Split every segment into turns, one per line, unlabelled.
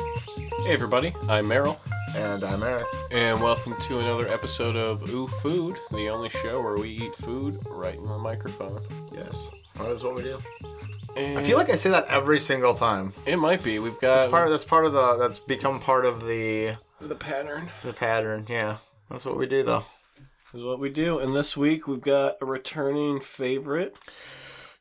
Hey everybody, I'm Merrill,
And I'm Eric.
and welcome to another episode of Ooh Food, the only show where we eat food right in the microphone.
Yes. That is what we do.
And
I feel like I say that every single time.
it might be. We've
That's
got
part that's part of the that's become part of the
the pattern
the pattern, yeah. That's what we do though.
is what we do, and this week we've got a returning favorite.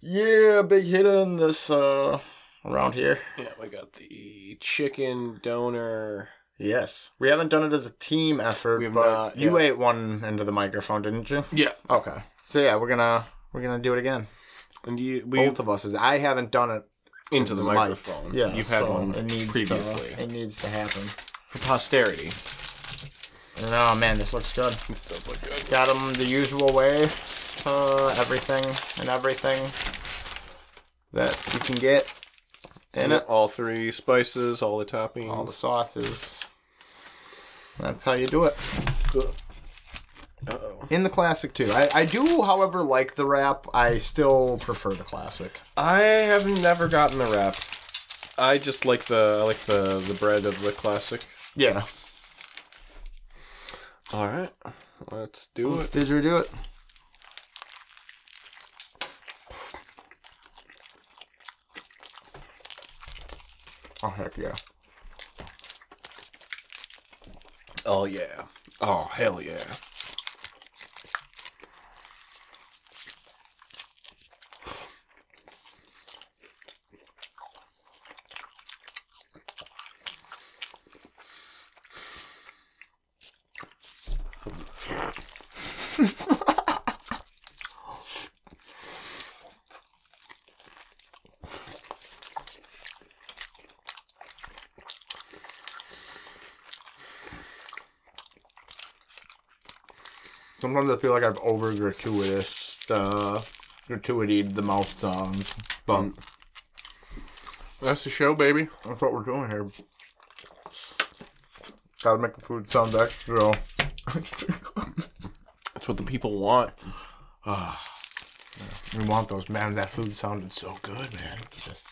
Yeah, big hit on this uh around here.
Yeah, we got the chicken donor.
Yes. We haven't done it as a team effort,
We have
but
not,
you
yeah.
ate one into the microphone, didn't you?
Yeah,
Okay. So yeah, we're gonna we're gonna do it again.
and you we
Both of us is I haven't done it
into the,
mic.
microphone.
Yeah.
you've had
so
one
it needs
previously
To, it needs to happen.
for posterity.
And, oh man, this looks good.
This does look good.
Got them the usual way. Uh, everything and everything that you can get in it.
all three spices, all the toppings.
All the sauces. That's how you do it.
Uh oh.
In the classic, too. I, I do, however, like the wrap. I still prefer the classic.
I have never gotten the wrap. I just like the I like the the bread of the classic.
Yeah.
All right, let's do
Let's
it.
didgeridoo it. Oh, heck yeah.
Oh yeah. Oh hell yeah.
Sometimes I feel like I've over gratuitous uh gratuitied the mouth sounds. But
That's the show, baby.
that's what we're doing here. Gotta make the food sound extra.
That's what the people want.
we want those man, that food sounded so good, man. Just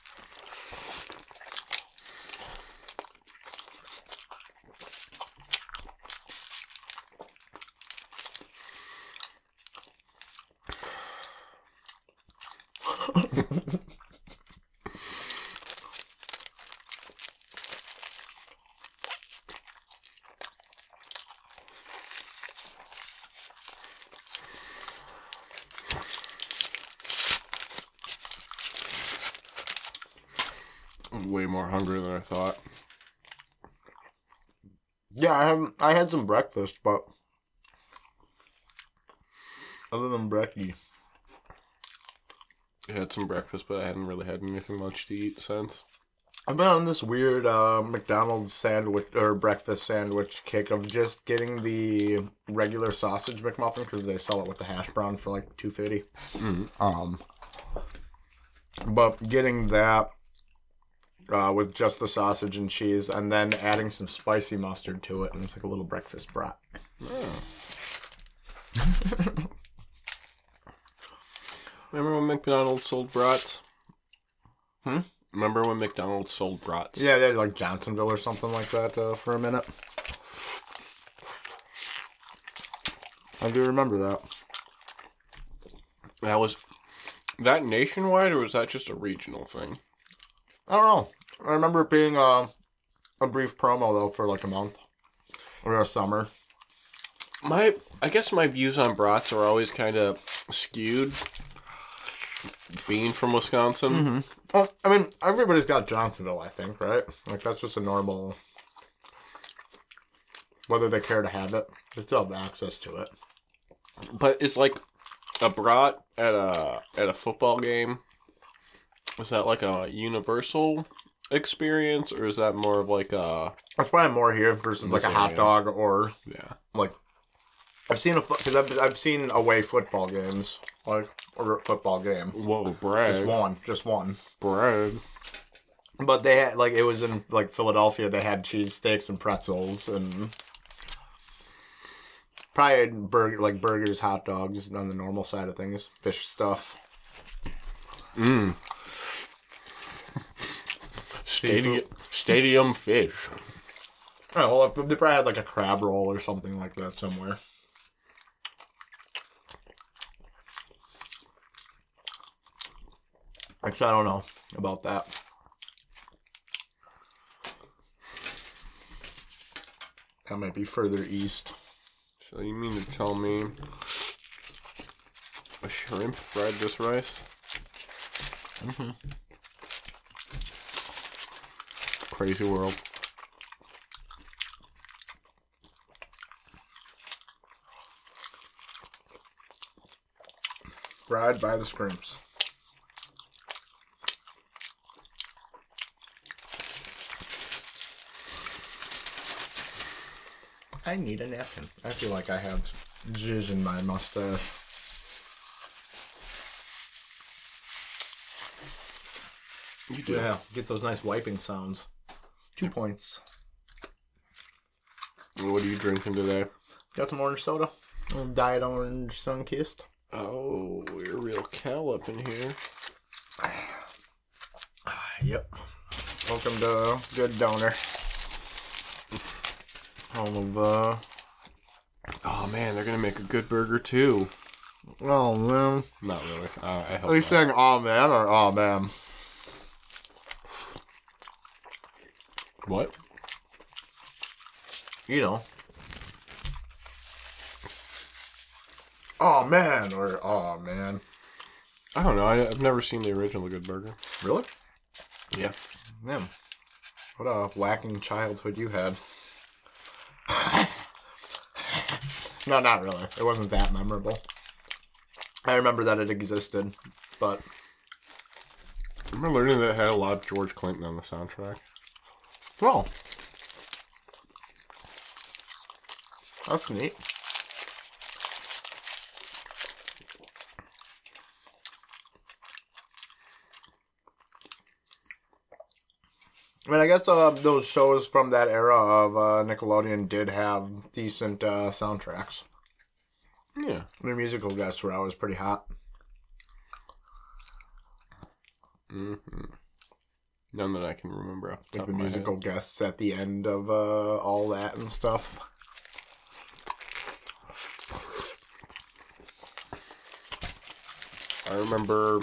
I'm way more hungry than I thought.
Yeah, I haven't I had some breakfast, but other than brekkie.
I had some breakfast, but I hadn't really had anything much to eat since.
I've been on this weird uh, McDonald's sandwich or breakfast sandwich kick of just getting the regular sausage McMuffin because they sell it with the hash brown for like two fifty. Um, but getting that uh, with just the sausage and cheese, and then adding some spicy mustard to it, and it's like a little breakfast brat.
Remember when McDonald's sold brats?
Hmm?
Remember when McDonald's sold brats?
Yeah, they had like Johnsonville or something like that uh, for a minute. I do remember that.
That was that nationwide, or was that just a regional thing?
I don't know. I remember it being uh, a brief promo though for like a month or a summer.
my I guess my views on brats are always kind of skewed. Being from Wisconsin,
Well, I mean, everybody's got Johnsonville, I think, right? Like that's just a normal. Whether they care to have it, they still have access to it.
but it's like a brat at a at a football game. Is that like a universal experience, or is that more of like a
That's why I'm more here versus like a hot
Missouri.
dog or
yeah?
like. I've seen a because I've, I've seen away football games like or a football game.
Whoa, brag,
Just one, just one.
brag.
But they had like it was in like Philadelphia. They had cheesesteaks and pretzels and probably had burger like burgers, hot dogs on the normal side of things, fish stuff.
Mm. Stadium, stadium fish.
Oh well, they probably had like a crab roll or something like that somewhere. Actually, I don't know about that. That might be further east.
So you mean to tell me a shrimp fried this rice? Mm-hmm. Crazy world.
Fried by the scrimps. I need a napkin. I feel like I have jizz in my mustache.
You
Yeah, get those nice wiping sounds. Two points.
What are you drinking today?
Got some orange soda. Little Diet orange sun kissed.
Oh, you're a real cow up in here.
Ah, Yep. Welcome to Good Donor. Home of, uh,
Oh man, they're gonna make a good burger too.
oh man.
Not really. Uh, I hope
Are you
not.
saying oh man or oh man?
What?
You know. Oh man or oh man.
I don't know. I, I've never seen the original Good Burger.
Really?
Yeah.
Man. What a whacking childhood you had. no, not really. It wasn't that memorable. I remember that it existed, but
I remember learning that it had a lot of George Clinton on the soundtrack.
well. That's neat. I mean, I guess uh, those shows from that era of uh, Nickelodeon did have decent uh, soundtracks.
Yeah.
Their musical guests were always pretty hot.
hmm None that I can remember off the top
Like the
of my
musical guests at the end of uh, all that and stuff.
head. I remember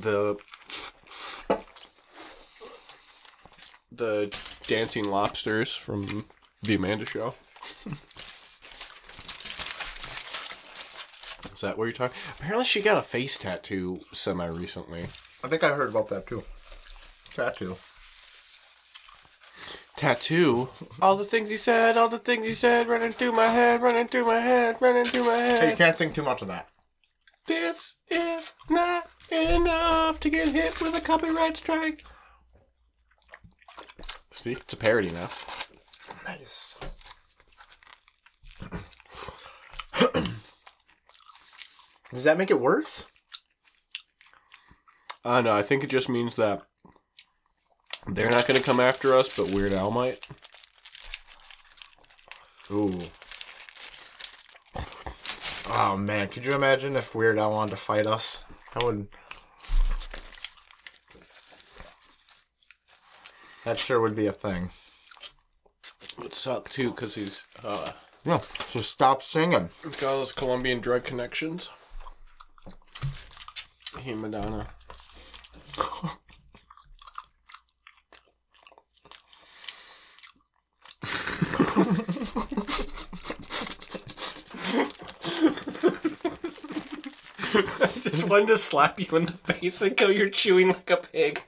the the dancing lobsters from the Amanda Show. Is that what you're talking? Apparently, she got a face tattoo semi recently.
I think I heard about that too. Tattoo.
tattoo. All the things he said, all the things he said, running through my head, running through my head, running through my
Hey, you
head.
can't sing too much of that.
This is not enough to get hit with a copyright strike. See, it's a parody now.
Nice. Does that make it worse?
Uh, no, I think it just means that they're not going to come after us, but Weird Al might.
Ooh. Oh man, could you imagine if Weird Al wanted to fight us? I would. That sure would be a thing.
Would suck too, because he's uh,
No, so stop singing.
got all those Colombian drug connections. Hey, Madonna.
Just wanted to slap you in the
He's like, oh, you're chewing like a pig.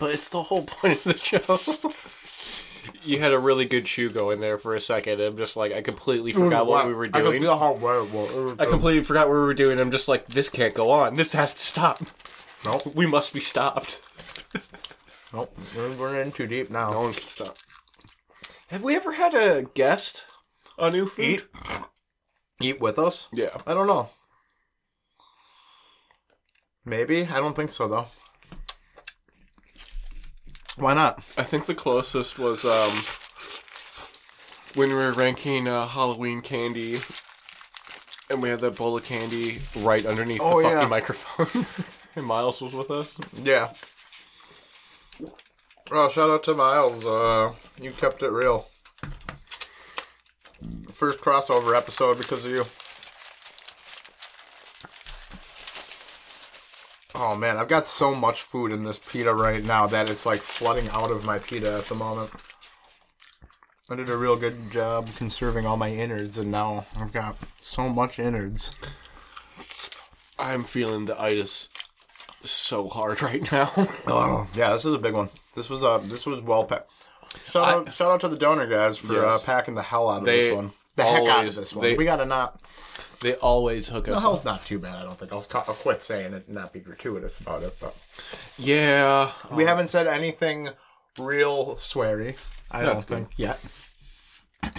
but it's the whole point of the show. you had a really good chew going there for a second. I'm just like, I completely forgot what we were
I could
doing.
feel how well it was.
I completely forgot what we were doing. I'm just like, this can't go on. This has to stop.
Nope,
We must be stopped.
nope. We're, we're in too deep now.
No one can stop. Have we ever had a guest on New Food?
Eat. Eat with us?
Yeah.
I don't know. Maybe I don't think so though. Why not?
I think the closest was um, when we were ranking uh, Halloween candy And we had that bowl of candy right underneath
Oh,
the fucking
yeah.
microphone. and Miles was with us.
Yeah. Well, shout out to Miles. Uh, you kept it real. First crossover episode because of you. Oh man, I've got so much food in this pita right now that it's like flooding out of my pita at the moment. I did a real good job conserving all my innards, and now I've got so much innards.
I'm feeling the itis so hard right now.
Oh yeah, this is a big one. This was uh this was well packed. Shout out, shout out to the donor guys for uh,
Yes.
packing the hell out of
They
this one. The heck out of
always-
this one.
they-
we gotta not.
they always hook
The
us up.
hell's not too bad. I don't think I'll, I'll quit saying it, and not be gratuitous about it. But
Yeah.
we haven't said anything real sweary. I
That's
don't think yet.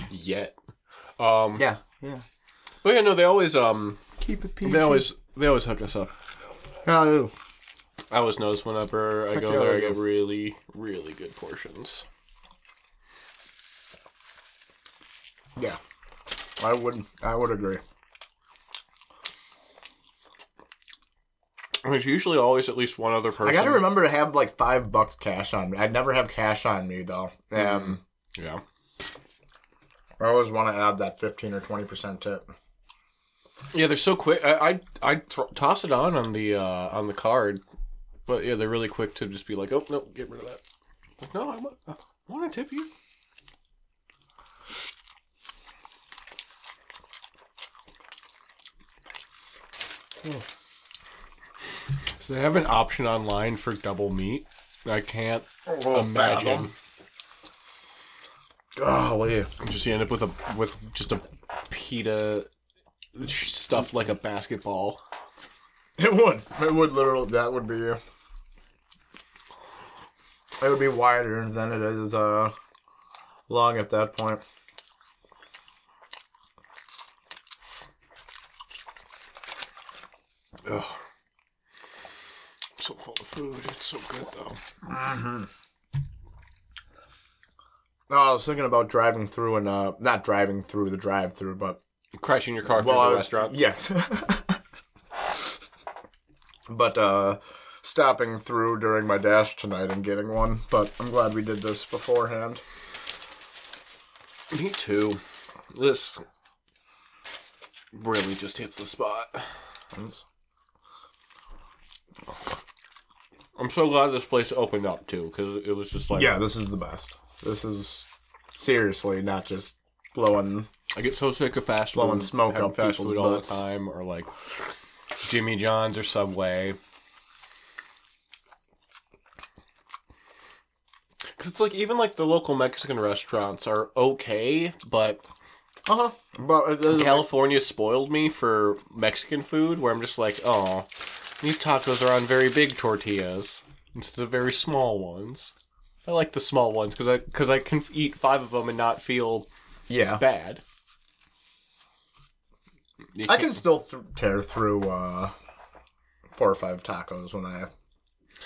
Yet. Um
Yeah, yeah.
But yeah, no, they always um
Keep it peachy.
they always they always hook us up.
Oh,
I always notice whenever I go
yeah,
there
they
I get
do.
really, really good portions.
yeah. I would. I would agree.
There's usually always at least one other person.
I gotta remember to have like five bucks cash on me. I never have cash on me though.
Mm-hmm.
Um,
Yeah.
I always want to add that fifteen or twenty percent tip.
Yeah, they're so quick. I I, I th- toss it on on the uh, on the card, but yeah, they're really quick to just be like, "Oh no, get rid of that." Like, no, I want I want to tip you. Hmm. So they have an option online for double meat. I can't
Oh,
imagine.
Golly.
Just you end up with a with just a pita stuffed like a basketball.
It would. It would literally. That would be. It would be wider than it is uh, long at that point.
Ugh. So full of food. It's so good though.
Oh, I was thinking about driving through and uh, not driving through the drive-through, but
Crashing your car
well,
through
I
the
was
restaurant.
yes, but uh, stopping through during my dash tonight and getting one. But I'm glad we did this beforehand.
Me too. This really just hits the spot. I'm so glad this place opened up too, because it was just like
Yeah, this is the best. This is seriously not just blowing.
I get so sick of fast food.
Blowing smoke
having
up
fast
people's
food all the
butts.
time, or like Jimmy John's or Subway. 'Cause it's like even like the local Mexican restaurants are okay, but
Uh huh. But uh,
California spoiled me for Mexican food, where I'm just like, oh, these tacos are on very big tortillas instead of very small ones. I like the small ones because I because I can eat five of them and not feel
yeah,
bad. You
I
can't-
can still th- tear through uh, four or five tacos when I.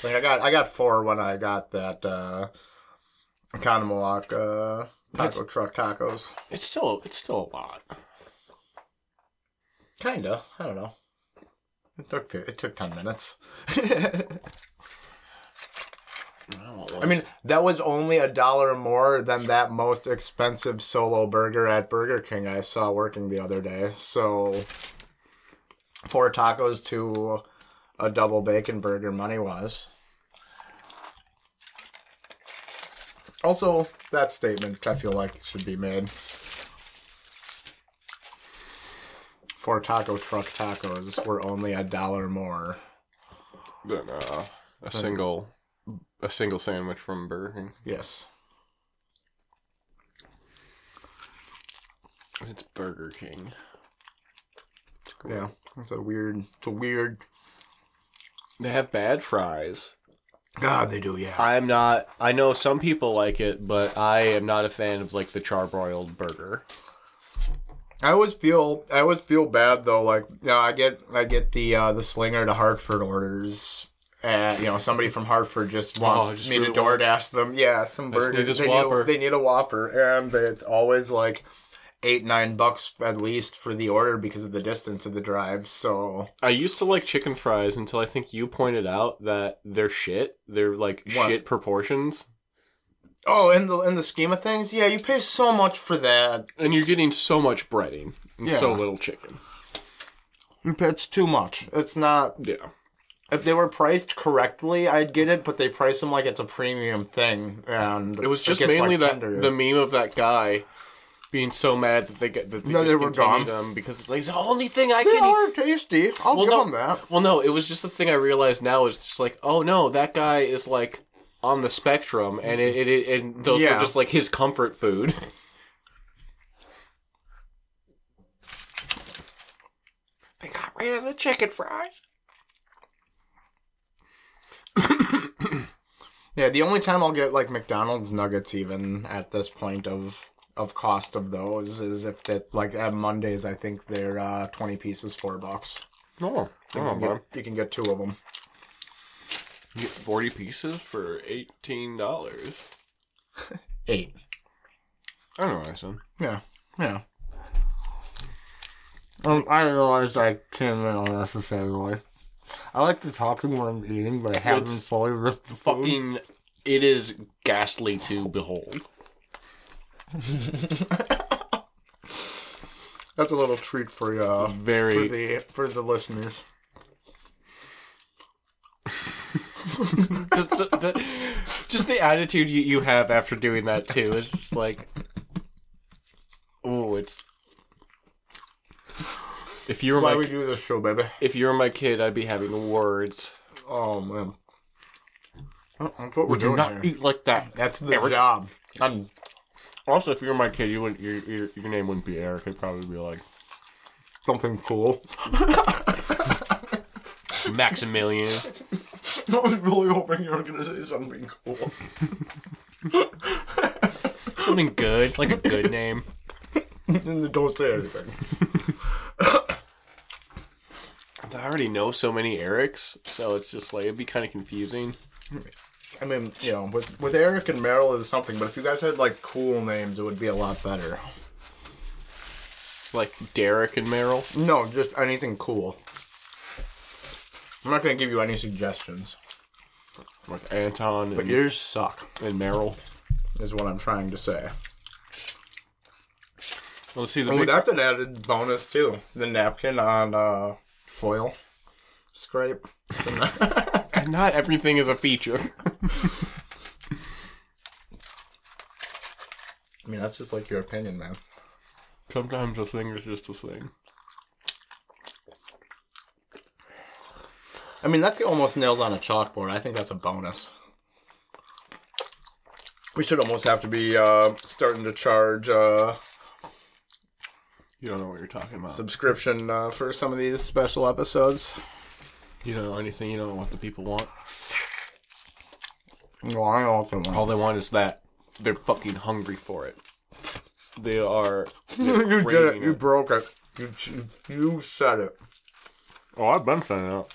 Like I got, I got four when I got that uh, Economalock uh, taco
That's-
truck tacos.
It's still it's still a lot.
Kinda. I don't know. It took fi- it took ten minutes.
I, don't know what it
I mean,
was.
that was only a dollar more than that most expensive solo burger at Burger King I saw working the other day. So, four tacos to a double bacon burger money wise. Also, that statement I feel like should be made. Four taco truck tacos were only a dollar more.
than, uh, a single a single sandwich from Burger King.
Yes.
It's Burger King. It's great.
Yeah. It's a weird. It's a weird.
They have bad fries.
God, they do, yeah.
I'm not. I know some people like it, but I am not a fan of like the charbroiled burger.
I always feel I always feel bad though. Like you know, I get I get the uh, the slinger to Hartford orders. And you know, somebody from Hartford just wants
Oh, just
me
really
to
want-
DoorDash them. Yeah, some
just need
burgers.
this
they,
Whopper.
Need a, they need a Whopper, and it's always like eight nine bucks at least for the order because of the distance of the drive. So
I used to like chicken fries until I think you pointed out that they're shit. They're like
What?
shit proportions.
oh, in the in the scheme of things, yeah, you pay so much for that.
And you're getting so much breading and so
Yeah.
little chicken.
It's too much. It's not.
Yeah.
If they were priced correctly, I'd get it, but they price them like it's a premium thing, and
It was just
gets,
mainly
like,
that
tender.
the meme of that guy being so mad that they get that they,
No, they were
discontinued
gone.
them because it's like the only thing I
They
can. eat."
are tasty. I'll
E Well,
give
no.
them that.
Well, no, it was just the thing I realized now is just like, oh no, that guy is like on the spectrum, and it, it, it and those
Yeah.
were just like his comfort food. they got rid of the chicken fries.
Yeah, the only time I'll get like McDonald's nuggets even at this point of of cost of those is if that like at Mondays I think they're uh, twenty pieces four bucks.
No,
You, can get, you can get two of them.
get forty pieces for eighteen dollars.
Eight.
I don't know, what I said.
Yeah. Yeah. Um, I realized I came in unnecessarily. I like to talk to when I'm eating, but I haven't
It's
fully ripped the food.
Fucking, it is ghastly to behold.
That's a little treat for you. Uh, for
Very
the for the listeners.
just, the, the- just the attitude you, you have after doing that too is just like, oh, it's. If you were
Why
my
we do this show, baby?
if you were my kid, I'd be having words.
Oh man, that's what we're
Oh. Do
doing
not
here.
eat like that.
That's the
Eric.
job.
I'm, also, if you were my kid, you wouldn't. Your, your, your name wouldn't be Eric. It'd probably be like
Something cool.
Maximilian.
I was really hoping you were gonna say something cool.
Something good, like a good name.
and then don't say anything.
I already know so many Erics, so it's just like it'd be kind of confusing.
I mean, you know, with with Eric and Meryl is something, but if you guys had like cool names, it would be a lot better.
Like Derek and Meryl.
No, just anything cool. I'm not gonna give you any suggestions.
Like Anton
But
and,
yours suck,
and Meryl.
is what I'm trying to say.
Well, see the
Oh,
big,
that's an added bonus too. The napkin on uh, foil scrape.
and not everything is a feature.
I mean, that's just like your opinion, man.
Sometimes a thing is just a thing.
I mean, that's almost nails on a chalkboard. I think that's a bonus. We should almost have to be uh, starting to charge uh,
You don't know what you're talking about.
subscription uh, for some of these special episodes.
You don't know anything. You don't know what the people want.
Well, I also
All they want is that. They're fucking hungry for it. They are. they're
you did it.
craving
You broke it. You you- you said it.
Oh, I've been saying that.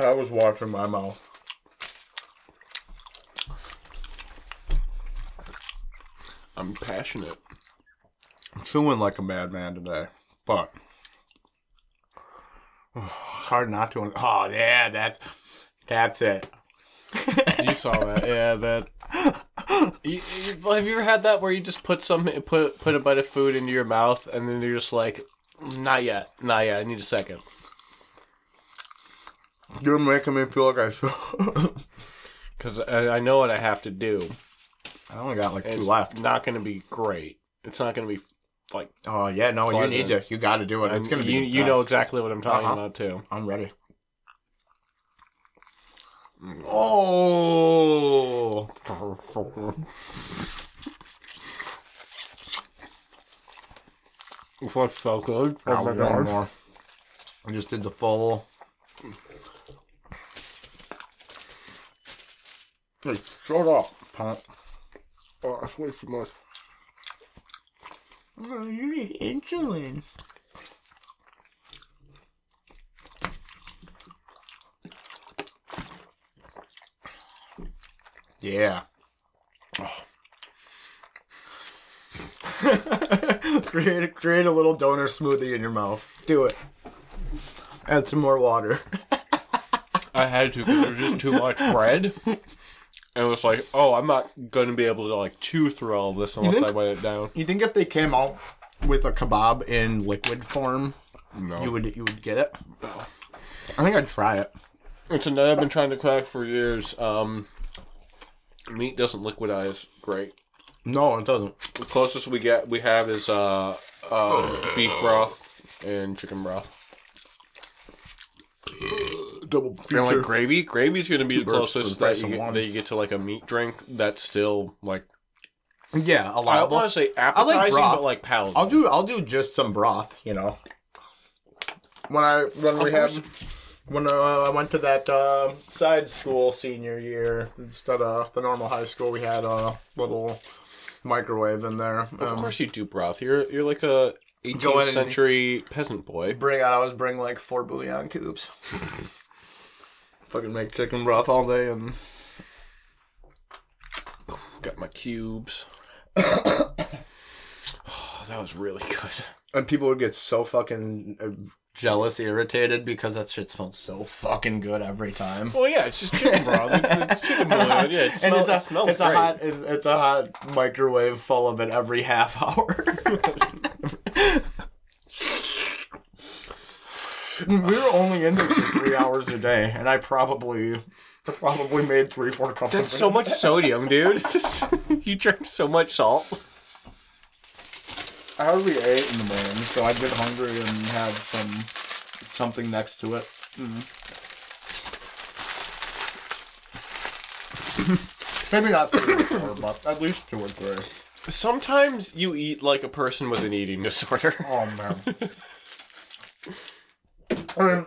I was watching my mouth.
I'm passionate.
chewing like a madman today, but it's hard not to. Oh yeah, that's that's it.
You saw that, yeah. That. You, you- well, have you ever had that where you just put some put put a bite of food into your mouth and then you're just like, not yet, not yet. I need a second.
You're making me feel like I should. I
Because I, I know what I have to do.
only got like
It's
two left.
Not going to be great. It's not going to be like
Oh yeah, no, you
Close
need
it.
to. You got to do it. It's gonna be.
you.
the
You know
best.
exactly what I'm talking
Uh-huh.
about too.
I'm ready. Oh,
This looks so good.
Now we got more. I just did the full. Hey, shut up, punk.
Oh, that's way too much.
you need insulin. Yeah. create create a little donor smoothie in your mouth. Do it. Add some more water.
I had to because there was just too much bread. And it was like, oh, I'm not going to be able to like chew through all this unless
think-
I weigh it down.
You think if they came out with a kebab in liquid form,
No.
you would you would get it? I think I'd try it.
It's a nut I've been trying to crack for years. Um, meat doesn't liquidize great.
No, it doesn't.
The closest we get we have is uh, uh, beef broth and chicken broth.
Double
And like gravy, gravy's gonna be the
burps for the
closest that
price
you,
of
get,
one.
that you get to like a meat drink that's still like
yeah,
I
allowable.
want to say appetizing,
broth.
but like palatable.
I'll do I'll do just some broth, you know. When I when we
Of
had
course.
when uh, I went to that uh, side school senior year instead of the normal high school, we had a little microwave in there. Um,
Of course you do broth. You're you're like a 18th
Go in and-
century peasant boy.
bring out. I always bring like four bouillon cubes. Fucking make chicken broth all day and
Got my cubes. oh, that was really good.
and people would get so fucking uh, jealous, irritated because that shit smells so fucking good every time.
Well, yeah, it's just chicken broth. It's, it's chicken broth. Yeah, it,
and
smell-
it's a,
it smells
it's
great.
a hot it's, it's a hot microwave full of it every half hour. we were only in there for three hours a day, and I probably probably made three four cups. of
That's so
it.
much sodium, dude. you drank so much salt.
I hardly ate in the morning, so I'd get hungry and have some something next to it.
Mm-hmm.
Maybe not three or four, but at least two or three.
Sometimes you eat like a person with an eating disorder.
Oh man. I mean, Um,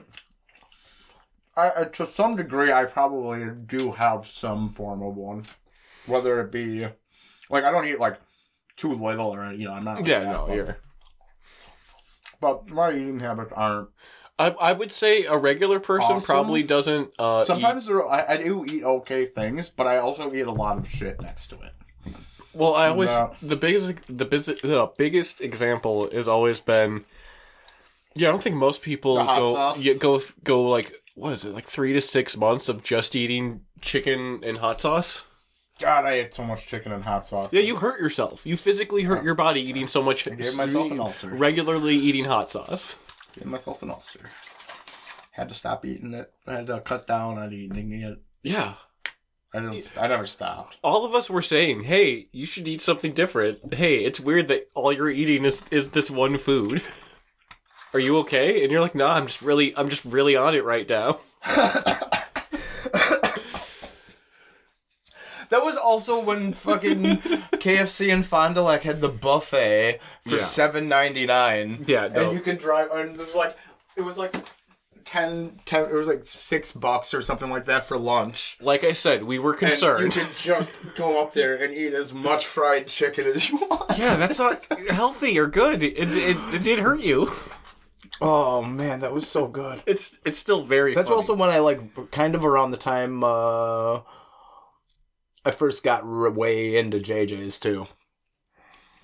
I, I, to some degree, I probably do have some form of one, whether it be like I don't eat like too little or you know I'm not. Like
Yeah,
that,
no,
but,
you're.
But my eating habits aren't.
I, I would say a regular person
Awesome.
probably doesn't. Uh,
Sometimes there, I, I do eat okay things, but I also eat a lot of shit next to it.
eat- well, I always
No.
the biggest the biggest the biggest example has always been. Yeah, I don't think most people
The hot
go
sauce?
yeah, go go like what is it like three to six months of just eating chicken and hot sauce.
God, I ate so much chicken and hot sauce.
Yeah, you hurt yourself. You physically hurt your body eating so much. I
gave myself an ulcer.
Regularly eating hot sauce.
gave myself an ulcer. Had to stop eating it. I had to cut down on eating it.
Yeah.
I didn't. I never stopped.
all of us were saying, "Hey, you should eat something different." Hey, it's weird that all you're eating is is this one food. Are you okay? And you're like, "Nah, I'm just really I'm just really on it right now."
That was also when fucking KFC and Fond du Lac had the buffet for
Yeah.
seven ninety nine.
Yeah, no.
and you could drive. And there's like, it was like 10, 10 It was like six bucks or something like that for lunch.
Like I said, we were
And
concerned.
you could just go up there and eat as much fried chicken as you want.
yeah, that's not healthy or good. It, it, it did hurt you.
Oh man, that was so good.
It's it's still very.
That's
funny.
also when I like kind of around the time uh, I first got r- way into JJ's too.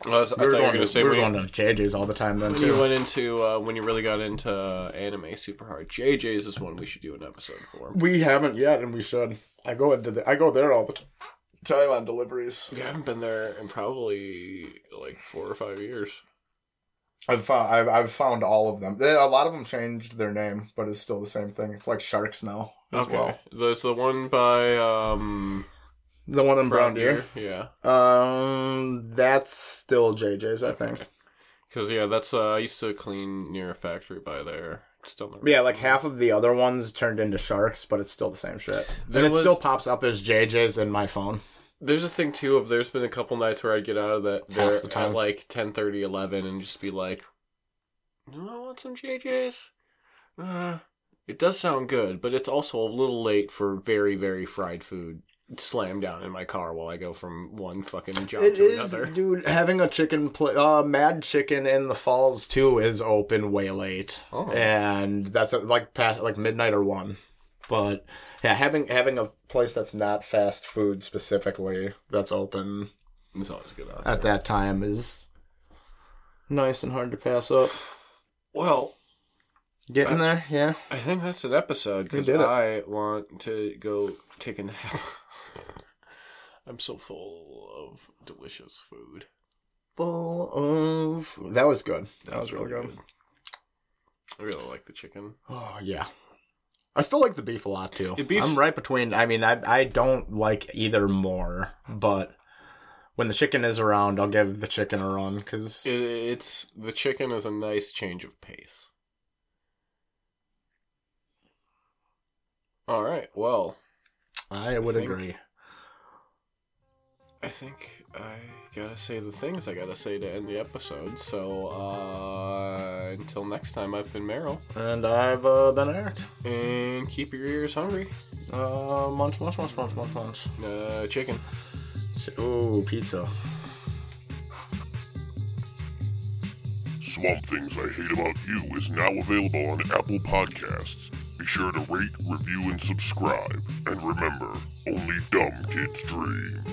I, was, I thought you were going to say
we were
when, you-
going to JJ's all the time then
when
too.
you went into uh, when you really got into uh, anime super hard. JJ's is one we should do an episode for.
we haven't yet, and we should. I go into the, I go there all the t- time on deliveries.
We haven't been there in probably like four or five years.
I've found I've, I've found all of them. They, a lot of them changed their name, but it's still the same thing. It's like Sharks now as
Okay.
well.
There's the one by um
The one in Brown, Deer.
Yeah.
Um, that's still JJ's, I think.
Cuz yeah, that's uh, I used to clean near a factory by there. Just on the
Yeah, like half of the other ones turned into Sharks, but it's still the same shit.
There
and it
was-
still pops up as JJ's in my phone.
There's a thing too of there's been a couple nights where I'd get out of that
Half
there
the time.
at like 10:30 11 and just be like, "No, I want some JJ's." Uh, it does sound good, but it's also a little late for very very fried food slammed down in my car while I go from one fucking job
It
to
is,
another.
dude. Having a chicken, pla- uh, Mad Chicken in the Falls too is open way late,
Oh.
and that's at, like past like midnight or one. But yeah, having having a place that's not fast food specifically that's open
It's always good.
at that time is Nice and hard to pass up.
Well,
Getting there, yeah.
I think that's an episode
We
because
did it.
I want to go take a nap. I'm so full of delicious food.
Full of. That was good. That was really good.
I really like the chicken.
Oh yeah. I still like the beef a lot too.
The beef-
I'm right between. I mean, I I don't like either more, but when the chicken is around, I'll give the chicken a run because
It, it's the chicken is a nice change of pace. All right. Well,
I would
I think-
agree.
I think I gotta say the things I gotta say to end the episode. So uh, until next time, I've been Meryl,
And I've uh, been Eric.
and keep your ears hungry.
Uh, munch, munch, munch, munch, munch, munch.
Uh, chicken.
Ooh, pizza.
Swamp Things I Hate About You is now available on Apple Podcasts. Be sure to rate, review, and subscribe. And remember, only dumb kids dream.